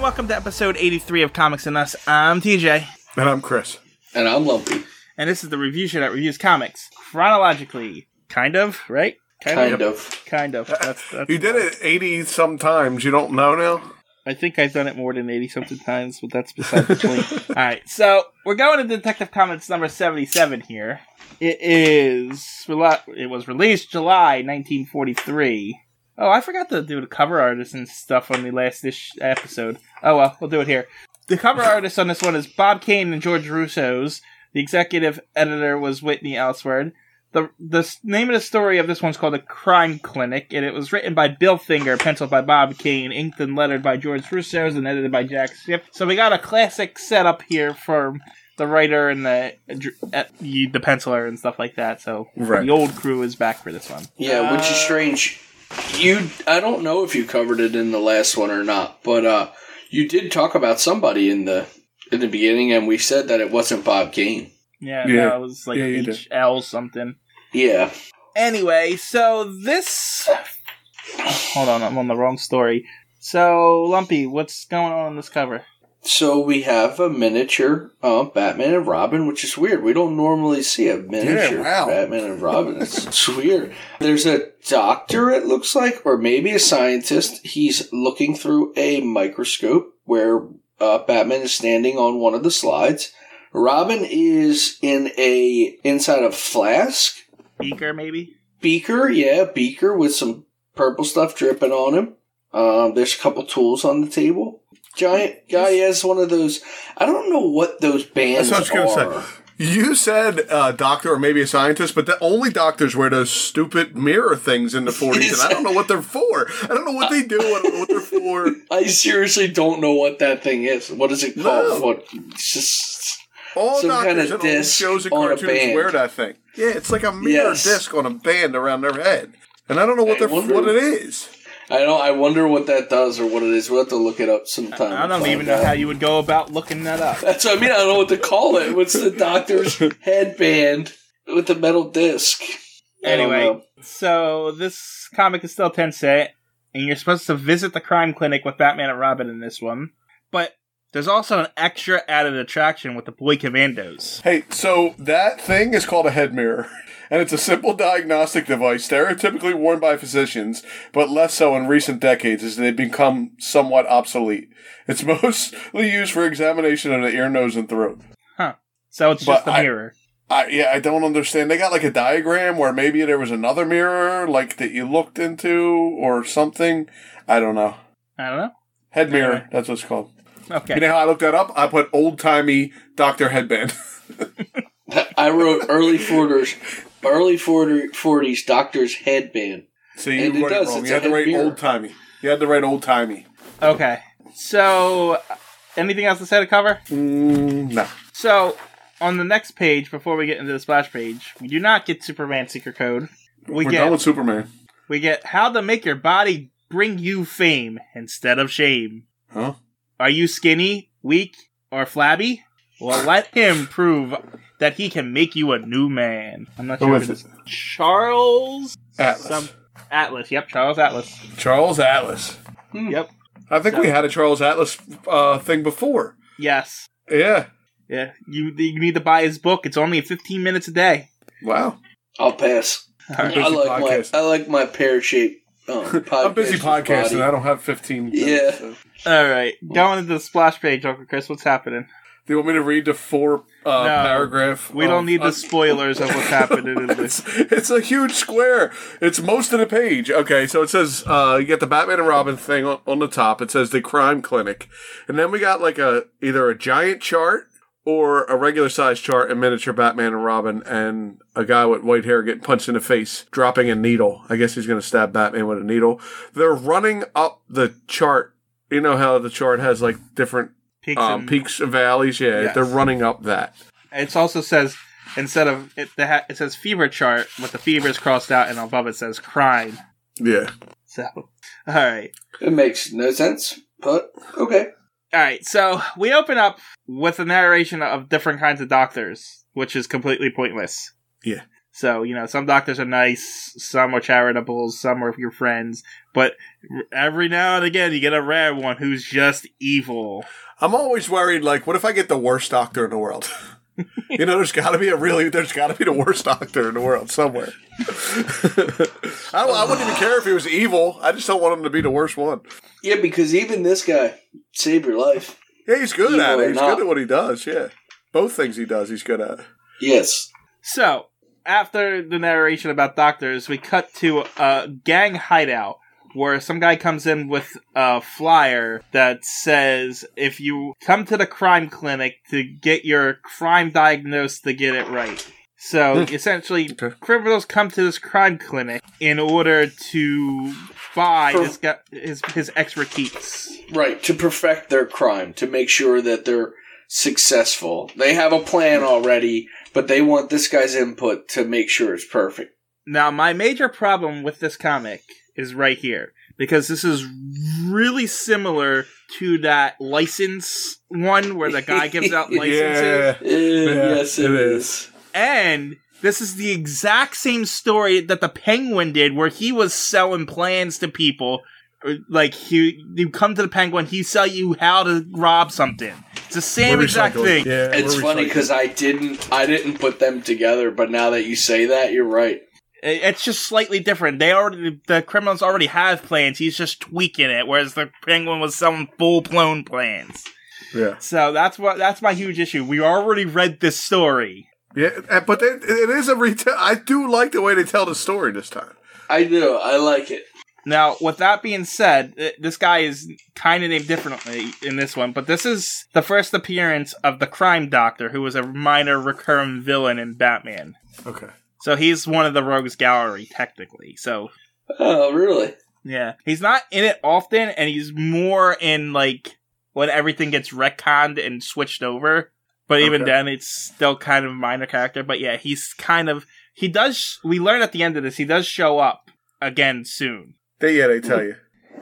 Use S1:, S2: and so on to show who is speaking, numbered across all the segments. S1: welcome to episode 83 of Comics and Us. I'm TJ,
S2: And I'm Chris.
S3: And I'm Lumpy.
S1: and this is the review show that reviews comics chronologically. Kind of, right?
S3: Kind of.
S1: Kind of. That's, that's
S2: You did it 80 sometimes. You don't know now?
S1: I think I've done it more than 80 something times, but that's beside the point. All right, so we're going to Detective Comics number 77 here. It is. It was released July 1943. Oh, I forgot to do the cover artist and stuff on the last ish episode. Oh well, we'll do it here. The cover artist on this one is Bob Kane and George Russo's. The executive editor was Whitney Elsword. The, the s- name of the story of this one's called The Crime Clinic, and it was written by Bill Finger, penciled by Bob Kane, inked and lettered by George Russo's, and edited by Jack Schiff. So we got a classic setup here for the writer and the uh, the penciler and stuff like that. So
S2: Right. Uh,
S1: the old crew is back for this one.
S3: Yeah,
S1: Uh,
S3: which is strange. You, I don't know if you covered it in the last one or not, but uh, you did talk about somebody in the in the beginning, and we said that it wasn't Bob Kane.
S1: Yeah,
S2: Yeah.
S1: that was like
S2: Yeah, you did.
S1: HL something.
S3: Yeah,
S1: Anyway, so this. Hold on, I'm on the wrong story. So, Lumpy, what's going on on this cover?
S3: so we have a miniature uh, Batman and Robin, which is weird. We don't normally see a miniature
S2: wow.
S3: Batman and Robin. It's, it's weird. There's a doctor, it looks like, or maybe a scientist. He's looking through a microscope where uh, Batman is standing on one of the slides. Robin is in a inside a flask
S1: Beaker, maybe?
S3: beaker, yeah, beaker with some purple stuff dripping on him. Um, there's a couple tools on the table. Giant guy has one of those. I don't know what those bands
S2: That's what I was gonna
S3: are.
S2: You said uh, doctor or maybe a scientist, but the only doctors wear those stupid mirror things in the 40s, and I don't know what they're for. I don't know what they do. I don't know what they're for.
S3: I seriously don't know what that thing is. What is it
S2: No.
S3: called? What? It's just
S2: All
S3: Some
S2: doctors
S3: kinda
S2: in all
S3: disc
S2: shows and
S3: on a
S2: cartoons
S3: band.
S2: wear that thing. Yeah, it's like a mirror
S3: Yes.
S2: disc on a band around their head, and I don't know what
S3: I
S2: they're
S3: wonder-
S2: what it is.
S3: I don't. I wonder what that does or what it is. We'll have to look it up sometime.
S1: I
S3: and
S1: don't
S3: find
S1: even know
S3: out.
S1: how you would go about looking that up.
S3: That's what I mean. I don't know what to call it. What's the doctor's headband with the metal disc? I don't
S1: Anyway,
S3: know.
S1: So this comic is still ten set, and you're supposed to visit the crime clinic with Batman and Robin in this one. But there's also an extra added attraction with the boy commandos.
S2: Hey, so that thing is called a head mirror, and it's a simple diagnostic device stereotypically worn by physicians, but less so in recent decades as they've become somewhat obsolete. It's mostly used for examination of the ear, nose, and throat.
S1: So it's
S2: But
S1: just a
S2: I-
S1: mirror.
S2: I, yeah, I don't understand. They got like a diagram where maybe there was another mirror like that you looked into or something. I don't know.
S1: I don't know.
S2: Head mirror,
S1: Okay.
S2: that's what it's called.
S1: Okay.
S2: You know how I looked that up? I put old timey doctor headband.
S3: I wrote early forties, early forties doctor's headband.
S2: See,
S3: And
S2: you
S3: it
S2: wrote it
S3: does,
S2: wrong.
S3: it's
S2: You
S3: a
S2: had to
S3: head
S2: write
S3: mirror.
S2: old timey. You had to write old timey.
S1: Okay. So anything else to say to cover?
S2: Mm, no.
S1: So on the next page, before we get into the splash page, we do not get Superman secret code. We
S2: We're
S1: get
S2: done with Superman.
S1: we get how to make your body bring you fame instead of shame.
S2: Huh?
S1: Are you skinny, weak, or flabby? Well, let him prove that he can make you a new man. I'm not
S2: Who
S1: sure if
S2: is
S1: it's Charles
S2: Atlas.
S1: Atlas. Yep, Charles Atlas.
S2: Charles Atlas.
S1: Yep.
S2: I think we had a Charles Atlas uh, thing before.
S1: Yes.
S2: Yeah.
S1: Yeah. You you need to buy his book. It's only 15 minutes a day.
S2: Wow.
S3: I'll pass.
S1: Alright.
S3: I
S2: Busy
S3: like
S2: podcasting.
S3: my I like my pear shaped. Um,
S2: I'm busy podcasting.
S3: body.
S2: I don't have 15. Minutes,
S3: Yeah.
S2: so.
S1: All right. Going into the splash page, Uncle Chris. What's happening?
S2: Do you want me to read the four uh,
S1: No.
S2: paragraph?
S1: We don't
S2: of-
S1: need
S2: uh,
S1: the spoilers of what's happening in this.
S2: It's, it's a huge square. It's most of the page. Okay, so it says uh, you get the Batman and Robin thing on, on the top. It says the crime clinic, and then we got like a either a giant chart or a regular size chart and miniature Batman and Robin, and a guy with white hair getting punched in the face, dropping a needle. I guess he's gonna stab Batman with a needle. They're running up the chart. You know how the chart has like different
S1: Peaks
S2: um,
S1: and-
S2: peaks and valleys. Yeah,
S1: Yes.
S2: they're running up that.
S1: It also says instead of it, the ha- it says fever chart, but the fever is crossed out, and above it says crime.
S2: Yeah.
S1: So, all right.
S3: It makes no sense, but okay.
S1: All right, so we open up with a narration of different kinds of doctors, which is completely pointless.
S2: Yeah.
S1: So, you know, some doctors are nice, some are charitable, some are your friends, but every now and again you get a rare one who's just evil.
S2: I'm always worried. Like, what if I get the worst doctor in the world? you know, there's got to be a really, there's got to be the worst doctor in the world somewhere. I, don't- I wouldn't even care if he was evil. I just don't want him to be the worst one.
S3: Yeah, because even this guy saved your life.
S2: Yeah, he's good
S3: Evil
S2: at
S3: or
S2: it. He's
S3: not.
S2: good at what he does. Yeah, both things he does, he's good at.
S3: Yes.
S1: So, after the narration about doctors, we cut to a gang hideout where some guy comes in with a flyer that says if you come to the crime clinic to get your crime diagnosed to get it right. So, essentially,
S2: Okay.
S1: criminals come to this crime clinic in order to buy
S3: For-
S1: this guy, his, his expertise.
S3: Right, to perfect their crime, to make sure that they're successful. They have a plan already, but they want this guy's input to make sure it's perfect.
S1: Now, my major problem with this comic is right here because this is really similar to that license one where the guy gives out licenses,
S2: Yeah,
S3: Eh, yes,
S2: it
S3: it
S2: is.
S3: is.
S1: and this is the exact same story that the Penguin did, where he was selling plans to people. Or, Like he, you come to the Penguin, he sell you how to rob something. It's the same
S2: We're
S1: exact
S2: recycling.
S1: thing.
S2: Yeah,
S3: It's
S2: we're
S3: funny
S2: recycling.
S3: because I didn't, I didn't put them together, but now that you say that, you're right.
S1: It- It's just slightly different. They already the criminals already have plans. He's just tweaking it, whereas the penguin was selling full blown plans.
S2: yeah,
S1: So that's what that's my huge issue. We already read this story.
S2: yeah. and- But it, it is a retell. I do like the way they tell the story this time.
S3: I do. I like it.
S1: Now, with that being said, th- this guy is kind of named differently in this one, but this is the first appearance of the crime doctor, who was a minor recurring villain in Batman.
S2: Okay.
S1: So he's one of the rogues gallery, technically. So
S3: Oh, really?
S1: Yeah. He's not in it often, and he's more in like when everything gets retconned and switched over. But even
S2: Okay.
S1: then, it's still kind of a minor character. But yeah, he's kind of he does. We learn at the end of this, he does show up again soon.
S2: They, yeah, they tell you.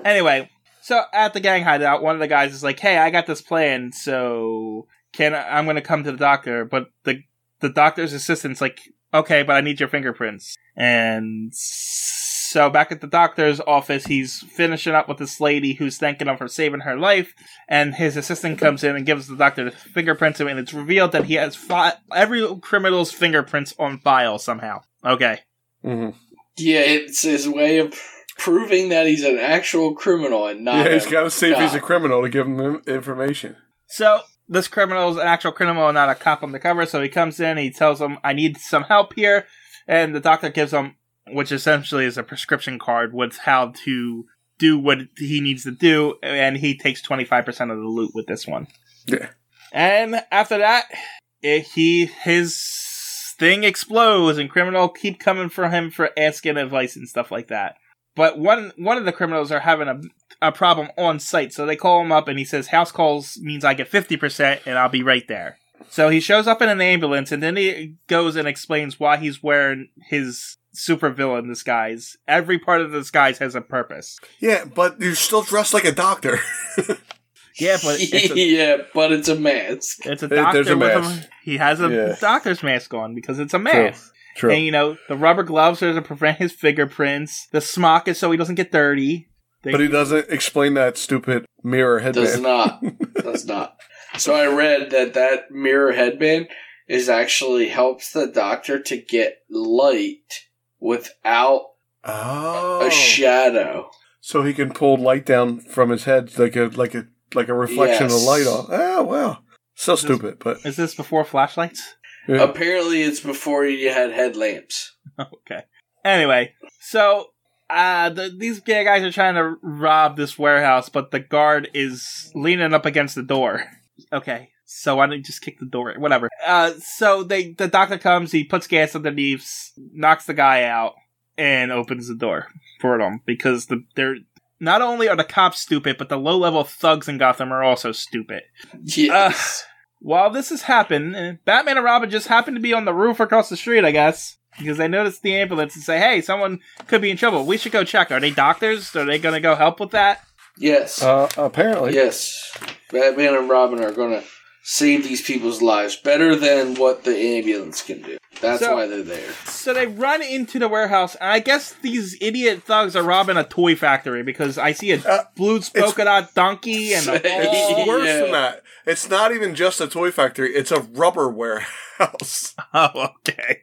S1: Anyway, so at the gang hideout, one of the guys is like, "Hey, I got this plan, so can I, I'm going to come to the doctor?" But the the doctor's assistant's like, "Okay, but I need your fingerprints." And so back at the doctor's office, he's finishing up with this lady who's thanking him for saving her life, and his assistant comes in and gives the doctor the fingerprints, and it's revealed that he has fi- every criminal's fingerprints on file somehow. Okay.
S2: Mm-hmm.
S3: Yeah, it's his way of proving that he's an actual criminal and not.
S2: Yeah, he's
S3: a-
S2: got to see if he's a
S3: God.
S2: criminal to give him the information.
S1: So this criminal is an actual criminal, and not a cop on the cover. So he comes in, he tells him, "I need some help here," and the doctor gives him, which essentially is a prescription card with how to do what he needs to do, and he takes twenty five percent of the loot with this one.
S2: Yeah.
S1: And after that, eh, he his thing explodes, and criminal keep coming for him for asking advice and stuff like that. But one one of the criminals are having a a problem on site. So they call him up and he says, House calls means I get 50% and I'll be right there. So he shows up in an ambulance and then he goes and explains why he's wearing his supervillain disguise. Every part of the disguise has a purpose.
S2: Yeah, but you're still dressed like a doctor.
S1: Yeah, but it's a,
S3: yeah, but it's a mask.
S1: it's a
S2: There-
S1: doctor
S2: there's a
S1: with
S2: mask.
S1: a he has a
S2: Yeah.
S1: doctor's mask on because it's a mask. And you know, the rubber gloves are to prevent his fingerprints. The smock is so he doesn't get dirty. They-
S2: But he doesn't explain that stupid mirror
S3: Does
S2: headband.
S3: not. Does not. So I read that that mirror headband is actually helps the doctor to get light without
S2: oh,
S3: a shadow.
S2: so he can pull light down from his head like a like a like a reflection of
S3: Yes.
S2: light off. Oh wow, so stupid, but
S1: Is this before flashlights?
S2: yeah.
S3: Apparently, it's before you had headlamps.
S1: Okay. Anyway, so uh, the, these gay guys are trying to rob this warehouse, but the guard is leaning up against the door. Okay, so why don't you just kick the door? Whatever. Uh, so they the doctor comes, he puts gas underneath, knocks the guy out, and opens the door for them because the they're not only are the cops stupid, but the low level thugs in Gotham are also stupid.
S2: Ah.
S3: Yes.
S1: While this has happened, eh, Batman and Robin just happened to be on the roof across the street, I guess, because they noticed the ambulance and say, "Hey, someone could be in trouble. We should go check. Are they doctors? Are they going to go help with that?"
S3: yes.
S2: Uh, apparently,
S3: yes. Batman and Robin are going to save these people's lives better than what the ambulance can do. That's
S1: So-
S3: why they're there.
S1: So they run into the warehouse, and I guess these idiot thugs are robbing a toy factory because I see a
S2: Uh,
S1: blue polka dot donkey and a
S2: It's
S1: ball.
S2: worse than
S3: Yeah.
S2: that. It's not even just a toy factory. It's a rubber warehouse.
S1: Oh, okay.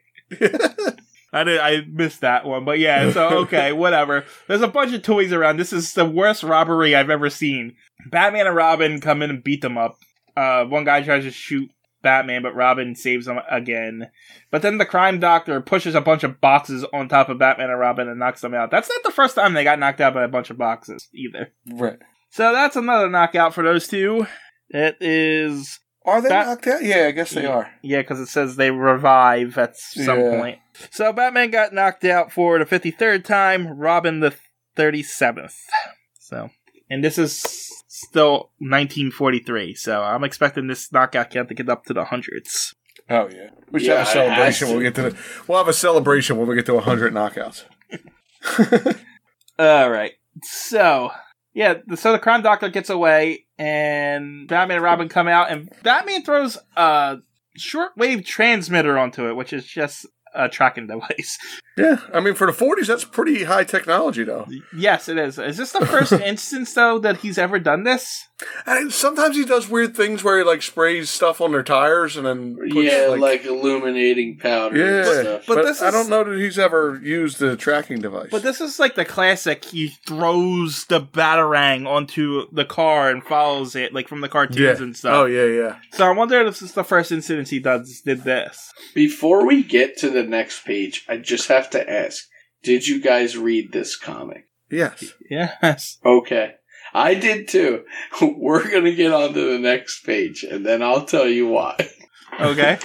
S1: I did, I missed that one, but yeah. So okay, whatever. There's a bunch of toys around. This is the worst robbery I've ever seen. Batman and Robin come in and beat them up. Uh, one guy tries to shoot Batman, but Robin saves him again. But then the crime doctor pushes a bunch of boxes on top of Batman and Robin and knocks them out. That's not the first time they got knocked out by a bunch of boxes either.
S2: Right.
S1: So that's another knockout for those two. It is
S2: Are they
S1: That-
S2: knocked out? Yeah, I guess they are.
S1: yeah, because it says they revive at some
S2: Yeah.
S1: point. So Batman got knocked out for the 53rd time, Robin the 37th. So, and this is still 1943, so I'm expecting this knockout count to get up to the hundreds.
S2: Oh yeah. We should
S3: Yeah,
S2: have a
S3: it
S2: celebration
S3: has
S2: when we get to the, we'll have a celebration when we get to hundred knockouts.
S1: All right. So, yeah, the- so the crime doctor gets away, and Batman and Robin come out, and Batman throws a shortwave transmitter onto it, which is just a tracking device.
S2: yeah. I mean for the forties that's pretty high technology though.
S1: Yes, it is. Is this the first instance though that he's ever done this?
S2: And sometimes he does weird things where he like sprays stuff on their tires and then puts,
S3: yeah, like, illuminating powder
S2: Yeah,
S3: and stuff.
S2: but,
S1: But this
S2: I
S1: is-
S2: don't know that he's ever used the tracking device.
S1: But this is like the classic. He throws the batarang onto the car and follows it, like from the cartoons and stuff.
S2: Oh yeah, yeah.
S1: So I wonder if this is the first instance he does did this.
S3: Before we get to the next page, I just have to ask Did you guys read this comic?
S2: Yes.
S1: Yes.
S3: Okay. I did too. We're going to get on to the next page, and then I'll tell you why.
S1: Okay.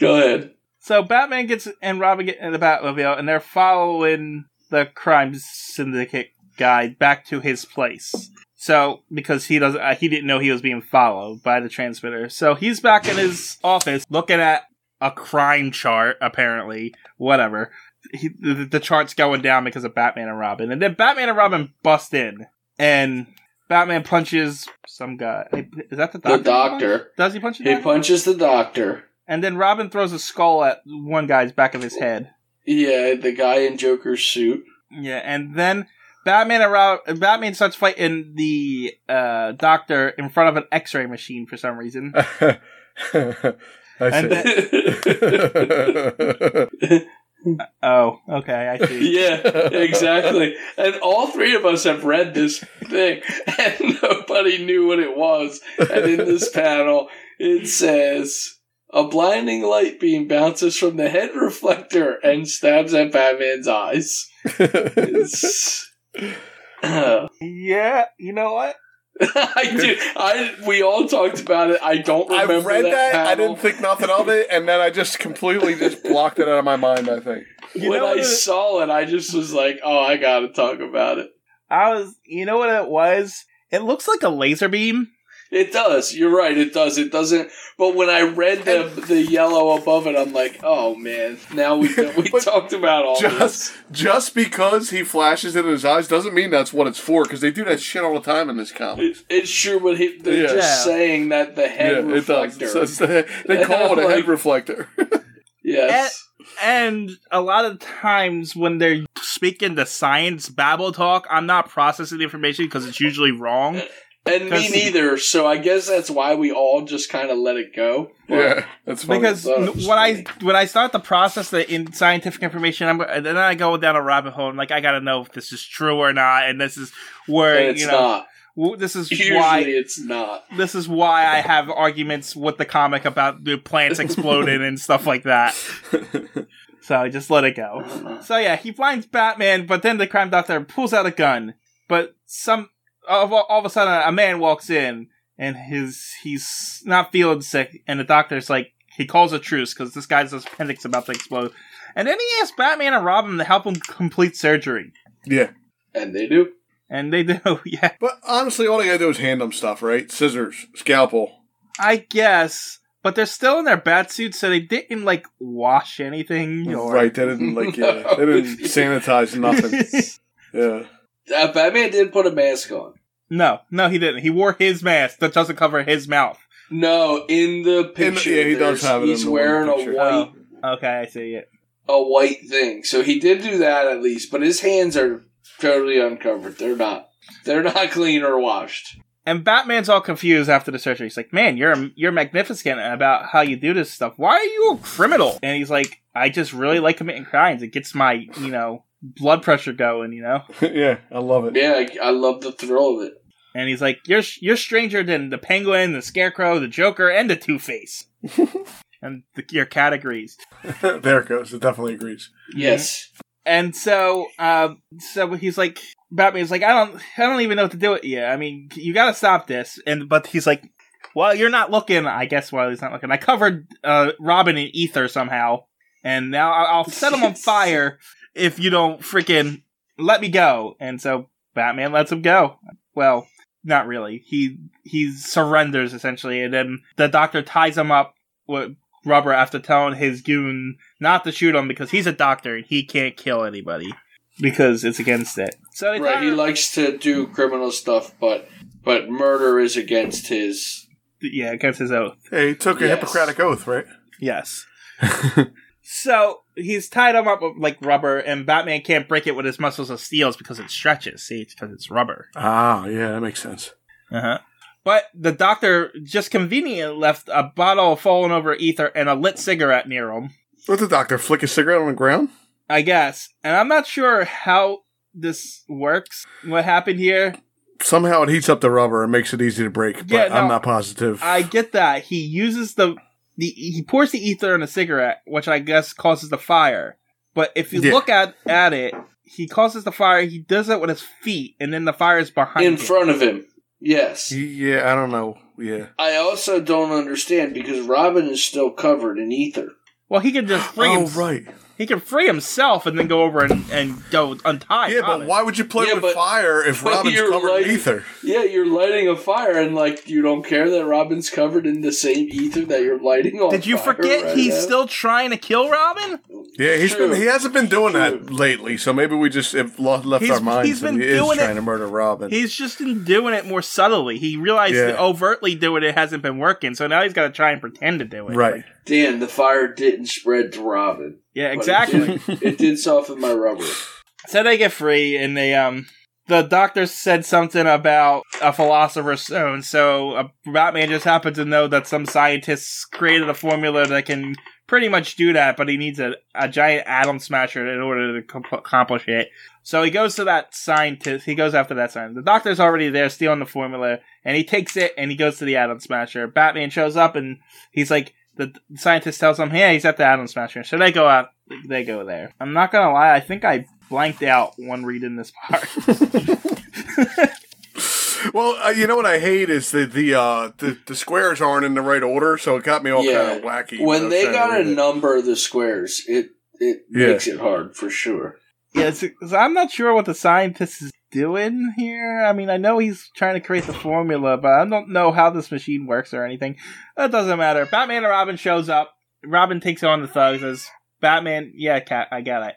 S3: Go ahead.
S1: so Batman gets and Robin get in the Batmobile, and they're following the crime syndicate guy back to his place. So because he doesn't, uh, he didn't know he was being followed by the transmitter. So he's back in his office looking at a crime chart. Apparently, whatever. He, the, the chart's going down because of Batman and Robin, and then Batman and Robin bust in, and Batman punches some guy. Is that the doctor?
S3: The
S1: he punched?
S3: doctor.
S1: Does he punch? the
S3: He
S1: doctor?
S3: punches the doctor.
S1: And then Robin throws a skull at one guy's back of his head.
S3: Yeah, the guy in Joker's suit.
S1: Yeah, and then Batman and Rob- Batman starts fighting the uh, doctor in front of an X-ray machine for some reason.
S2: I
S1: And
S2: see.
S1: then- oh, okay, I see.
S3: yeah, exactly. And all three of us have read this thing, and nobody knew what it was. And in this panel, it says a blinding light beam bounces from the head reflector and stabs at Batman's eyes. It's- I
S1: yeah, you know what?
S3: do. I we all talked about it. I don't
S2: I
S3: remember
S2: read that. I
S3: panel.
S2: didn't think nothing of it, and then I just completely just blocked it out of my mind. I think.
S1: You
S3: when
S1: know
S3: I
S1: what it-
S3: saw it, I just was like, "Oh, I gotta talk about it."
S1: I was. You know what it was? It looks like a laser beam.
S3: It does. You're right. It does. It doesn't. But when I read the the yellow above it, I'm like, oh man. Now we we
S2: But
S3: talked about all this.
S2: Just just because he flashes it in his eyes doesn't mean that's what it's for. Because they do that shit all the time in this comic.
S3: It, it's sure, but he, they're
S2: Yeah.
S3: just saying that the head
S2: yeah, it does.
S3: reflector.
S2: It's- it's the- they call it a head
S3: Like-
S2: reflector.
S3: yes.
S1: And a lot of times when they're speaking the science babble talk, I'm not processing the information because it's usually wrong.
S3: And me
S1: 'cause-
S3: neither. So I guess that's why we all just kind of let it go. But
S2: yeah, that's funny.
S1: because
S3: Oh,
S1: n-
S3: it's
S1: when I
S3: funny.
S1: when I start to process the in scientific information, I'm and then I go down a rabbit hole. I'm like, I gotta know if this is true or not, and this is where
S3: and it's
S1: you know
S3: not.
S1: w- this is
S3: Usually,
S1: why
S3: it's not.
S1: this is why I have arguments with the comic about the plants exploding and stuff like that. So I just let it go. So yeah, he blinds Batman, but then the crime doctor pulls out a gun. But some all, all of a sudden, a man walks in, and his he's not feeling sick, and the doctor's like he calls a truce because this guy's appendix about to explode. And then he asks Batman and Robin to help him complete surgery,
S2: yeah,
S3: And they do.
S1: and they do. Yeah,
S2: but honestly, all they gotta do is hand them stuff, right? Scissors, scalpel.
S1: I guess. But they're still in their bat suits, so they didn't like wash anything. Or...
S2: Right, they didn't like yeah, they didn't sanitize nothing. Yeah,
S3: Uh, Batman did put a mask on.
S1: no, no, he didn't. He wore his mask that doesn't cover his mouth.
S3: No, in the
S2: In the-
S3: picture,
S2: yeah, he does
S3: there's-
S2: have it
S3: he's
S2: in the one
S3: wearing a
S2: picture.
S1: Oh.
S3: white
S1: Okay, I see it.
S3: a white thing. So he did do that at least, but his hands are totally uncovered. They're not. They're not clean or washed.
S1: And Batman's all confused after the surgery. He's like, "Man, you're you're magnificent about how you do this stuff. Why are you a criminal?" And he's like, "I just really like committing crimes. It gets my you know blood pressure going. You know."
S2: yeah, I love it.
S3: Yeah, I, I love the thrill of it.
S1: And he's like, "You're you're stranger than the Penguin, the Scarecrow, the Joker, and the Two Face." and the, your cat agrees.
S2: there it goes. It definitely agrees.
S3: Yes.
S1: And so, um, so he's like, Batman's like, I don't, I don't even know what to do with you. I mean, you gotta stop this. And but he's like, well, you're not looking. I guess while he's not looking, I covered uh, Robin in ether somehow, and now I- I'll set him on fire if you don't freaking let me go. And so Batman lets him go. Well, not really. He he surrenders essentially, and then the doctor ties him up with rubber after telling his goon not to shoot him because he's a doctor and he can't kill anybody because it's against it. So they
S3: Right.
S1: tie
S3: He
S1: him-
S3: likes to do criminal stuff, but but murder is against his.
S1: yeah, against his oath.
S2: Hey, he took a
S3: Yes.
S2: Hippocratic oath, right?
S1: Yes. so he's tied him up with, like rubber, and Batman can't break it with his muscles of steels because it stretches. See, it's because it's rubber.
S2: Ah, yeah, that makes sense.
S1: Uh-huh. But the doctor just conveniently left a bottle of fallen over ether and a lit cigarette near him.
S2: Let the doctor flick a cigarette on the ground.
S1: I guess. And I'm not sure how this works, what happened here.
S2: Somehow it heats up the rubber and makes it easy to break, but
S1: Yeah, no.
S2: I'm not positive.
S1: I get that. He uses the the he pours the ether in a cigarette, which I guess causes the fire. But if you
S2: Yeah.
S1: look at at it, he causes the fire. He does it with his feet, and then the fire is behind
S3: In
S1: him.
S3: front of him. Yes.
S2: yeah, I don't know. Yeah.
S3: I also don't understand because Robin is still covered in ether.
S1: Well, he can just free.
S2: oh,
S1: him-
S2: right.
S1: He can free himself and then go over and and go untie.
S2: Yeah,
S1: Thomas.
S2: but why would you play
S3: Yeah,
S2: with
S3: but-
S2: fire if
S3: but
S2: Robin's
S3: you're
S2: covered in
S3: lighting-
S2: ether?
S3: Yeah, you're lighting a fire, and like you don't care that Robin's covered in the same ether that you're lighting on.
S1: Did you
S3: fire
S1: forget
S3: right
S1: he's
S3: now.
S1: still trying to kill Robin?
S2: Yeah, he's
S3: True.
S2: been he hasn't been doing that
S3: True.
S2: lately, so maybe we just have lost, left
S1: He's-
S2: our minds
S1: he's been
S2: and he is
S1: doing it-
S2: trying to murder Robin.
S1: He's just been doing it more subtly. He realized
S2: Yeah.
S1: that overtly doing it hasn't been working, so now he's got to try and pretend to do it.
S2: right.
S3: Dan, the fire didn't spread to Robin.
S1: Yeah,
S3: but
S1: exactly.
S3: It did, it did soften my rubber.
S1: So they get free, and they um, the doctor said something about a philosopher's stone. So uh, Batman just happened to know that some scientists created a formula that can pretty much do that, but he needs a, a giant atom smasher in order to com- accomplish it. So he goes to that scientist. He goes after that scientist. The doctor's already there, stealing the formula, and he takes it and he goes to the atom smasher. Batman shows up, and he's like. The the scientist tells him, "Yeah, he's at the Atom Smasher." So they go out. They go there. I'm not gonna lie. I think I blanked out one read in this part.
S2: Well, uh, you know what I hate is that the uh, the the squares aren't in the right order, so it got me all
S3: Yeah.
S2: kind of wacky. I
S3: When
S2: was
S3: they
S2: trying to
S3: got
S2: read
S3: to
S2: it.
S3: number the squares, it it
S2: Yeah.
S3: makes it hard for sure.
S1: yeah, it's, so I'm not sure what the scientist is doing here. I mean, I know he's trying to create the formula, but I don't know how this machine works or anything. That doesn't matter. Batman and Robin shows up. Robin takes on the thugs as Batman. Yeah, cat, I got it.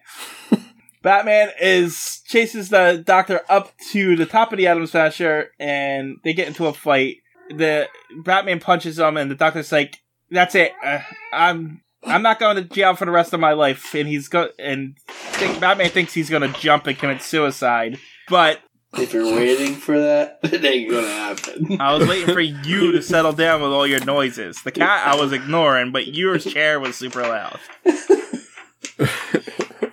S1: Batman is chases the doctor up to the top of the Adam's Smasher, and they get into a fight. The Batman punches him, and the doctor's like, "That's it. Uh, I'm I'm not going to jail for the rest of my life." And he's go and think, Batman thinks he's going to jump and commit suicide. But
S3: If you're waiting for that, it ain't gonna happen.
S1: I was waiting for you to settle down with all your noises. The cat I was ignoring, but your chair was super loud.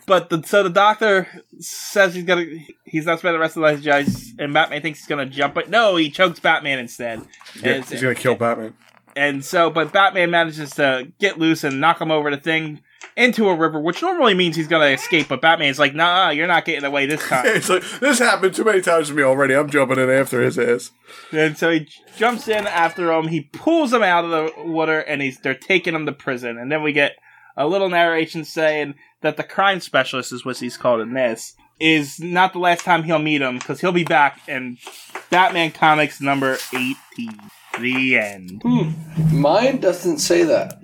S1: but the, so the doctor says he's gonna he's not spending the rest of his life in jail, and Batman thinks he's gonna jump, but no, he chokes Batman instead. And
S2: Yeah,
S1: it's-
S2: he's gonna kill Batman.
S1: and so, but Batman manages to get loose and knock him over the thing into a river, which normally means he's gonna escape. But Batman's like, "Nah, you're not getting away this time."
S2: It's like this happened too many times to me already. I'm jumping in after his ass.
S1: And so he j- jumps in after him. He pulls him out of the water, and he's they're taking him to prison. And then we get a little narration saying that the crime specialist is what he's called in this is not the last time he'll meet him because he'll be back in Batman Comics number eighteen. The end.
S3: Hmm. Mine doesn't say that.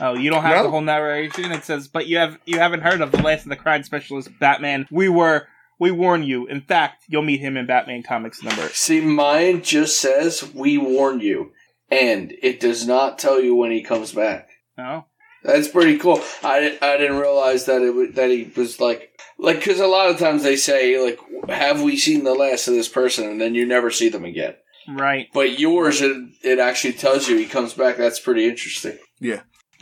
S1: Oh, you don't have
S2: No.
S1: the whole narration. It says, but you have you haven't heard of the last of the crime specialist Batman. We were we warn you. In fact, you'll meet him in Batman Comics number
S3: See, mine just says we warn you. and it does not tell you when he comes back.
S1: No.
S3: That's pretty cool. I, di- I didn't realize that it wa- that he was like like because a lot of times they say like have we seen the last of this person and then you never see them again.
S1: Right.
S3: But yours it, it actually tells you he comes back. That's pretty interesting.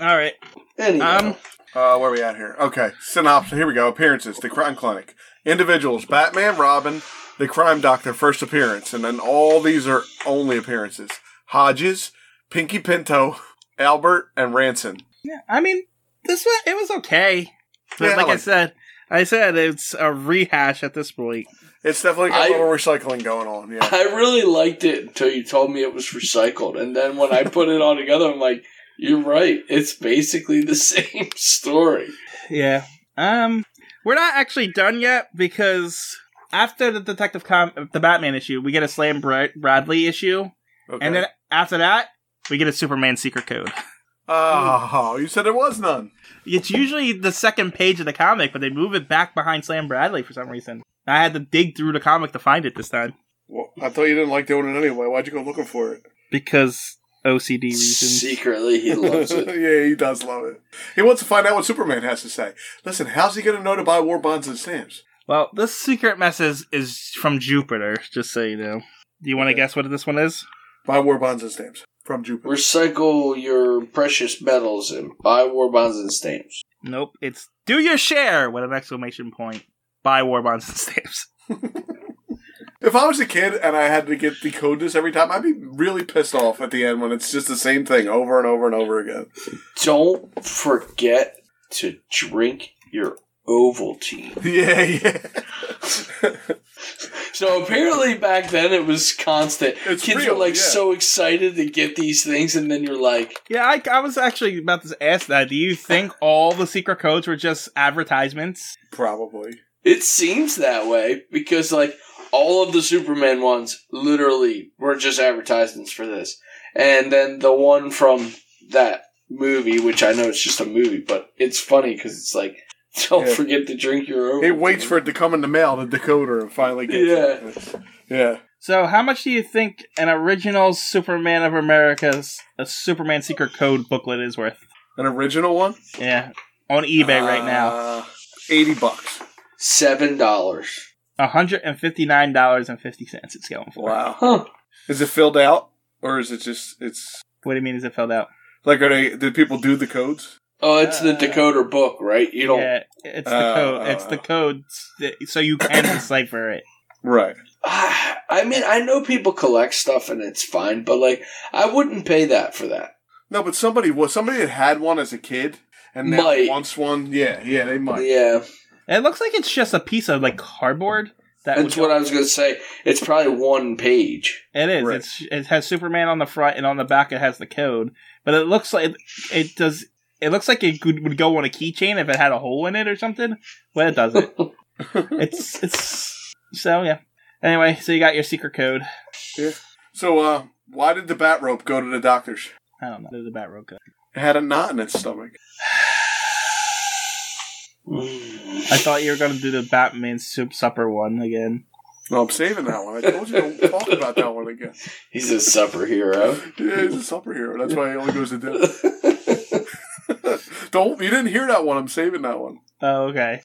S1: All right.
S3: Anyhow,
S1: Um,
S2: Uh, where are we at here? Okay, synopsis. Here we go. Appearances: The Crime Clinic, individuals: Batman, Robin, the Crime Doctor, first appearance, and then all these are only appearances: Hodges, Pinky Pinto, Albert, and Ranson.
S1: yeah, I mean, this was, it was okay. But
S2: Yeah, I
S1: like I,
S2: liked it.
S1: said, I said it's a rehash at this point.
S2: It's definitely got
S3: I-
S2: a little recycling going on. Yeah,
S3: I really liked it until you told me it was recycled, and then when I put it all together, I'm like, you're right. It's basically the same story.
S1: Yeah. Um, we're not actually done yet because after the Detective Com- the Batman issue, we get a Slam Bra- Bradley issue,
S2: okay.
S1: and then after that, we get a Superman Secret Code.
S2: oh, you said there was none.
S1: It's usually the second page of the comic, but they move it back behind Slam Bradley for some reason. I had to dig through the comic to find it this time
S2: Well, I thought you didn't like doing it anyway. Why'd you go looking for it?
S1: because OCD reasons.
S3: Secretly, he loves it.
S2: yeah, he does love it. He wants to find out what Superman has to say. Listen, how's he going to know to buy war bonds and stamps?
S1: Well, this secret message is from Jupiter, just so you know. Do you want to
S2: Okay.
S1: guess what this one is?
S2: Buy war bonds and stamps from Jupiter.
S3: Recycle your precious metals and buy war bonds and stamps.
S1: Nope. It's do your share with an exclamation point. Buy war bonds and stamps.
S2: If I was a kid and I had to get decode this every time, I'd be really pissed off at the end when it's just the same thing over and over and over again.
S3: Don't forget to drink your Ovaltine.
S2: Yeah, yeah.
S3: So apparently, back then it was constant.
S2: It's
S3: Kids
S2: real,
S3: were like
S2: yeah.
S3: so excited to get these things, and then you're like,
S1: Yeah, I, I was actually about to ask that. Do you think all the secret codes were just advertisements?
S2: Probably.
S3: It seems that way because like all of the Superman ones literally were just advertisements for this. And then the one from that movie, which I know it's just a movie, but it's funny because it's like, don't
S2: Yeah.
S3: forget to drink your own.
S2: He waits for it to come in the mail, the decoder, and finally gets it. Yeah.
S1: So, how much do you think an original Superman of America's a Superman secret code booklet is worth?
S2: An original one?
S1: Yeah, on eBay right now,
S2: Uh, 80 bucks.
S3: seven dollars.
S1: one hundred and fifty nine dollars and fifty cents. It's going for.
S2: Wow.
S3: Huh.
S2: Is it filled out? Or is it just, it's
S1: What do you mean? Is it filled out?
S2: like, are they, did people do the codes?
S3: Oh, it's the
S2: Ah.
S1: Uh,
S3: decoder book, right? You don't.
S1: Yeah, it's the
S3: uh,
S2: Oh,
S1: code.
S2: oh,
S1: it's the
S2: oh.
S1: code, s- so you can decipher it.
S2: Right.
S3: Ah, I mean, I know people collect stuff and it's fine, but like, I wouldn't pay that for that.
S2: No, but somebody was, somebody that had one as a kid and now
S3: Might.
S2: wants one. Yeah, yeah, they might.
S3: Yeah,
S1: It looks like it's just a piece of like cardboard. That
S3: that's
S1: would
S3: what
S1: go-
S3: I was gonna say. It's probably one page.
S1: It is.
S2: Right.
S1: It's it has Superman on the front and on the back it has the code. But it looks like it, it does. It looks like it could, would go on a keychain if it had a hole in it or something. Well, it doesn't. it's it's so yeah. Anyway, so you got your secret code.
S2: So, uh, why did the bat rope go to the doctors?
S1: I don't know. There's a bat row code.
S2: It had a knot in its stomach.
S1: I thought you were gonna do the Batman soup supper one again.
S2: No, I'm saving that one. I told you don't talk about that one again.
S3: He's a supper hero.
S2: Yeah, he's a superhero. That's why he only goes to dinner. don't you didn't hear that one. I'm saving that one.
S1: Oh, okay.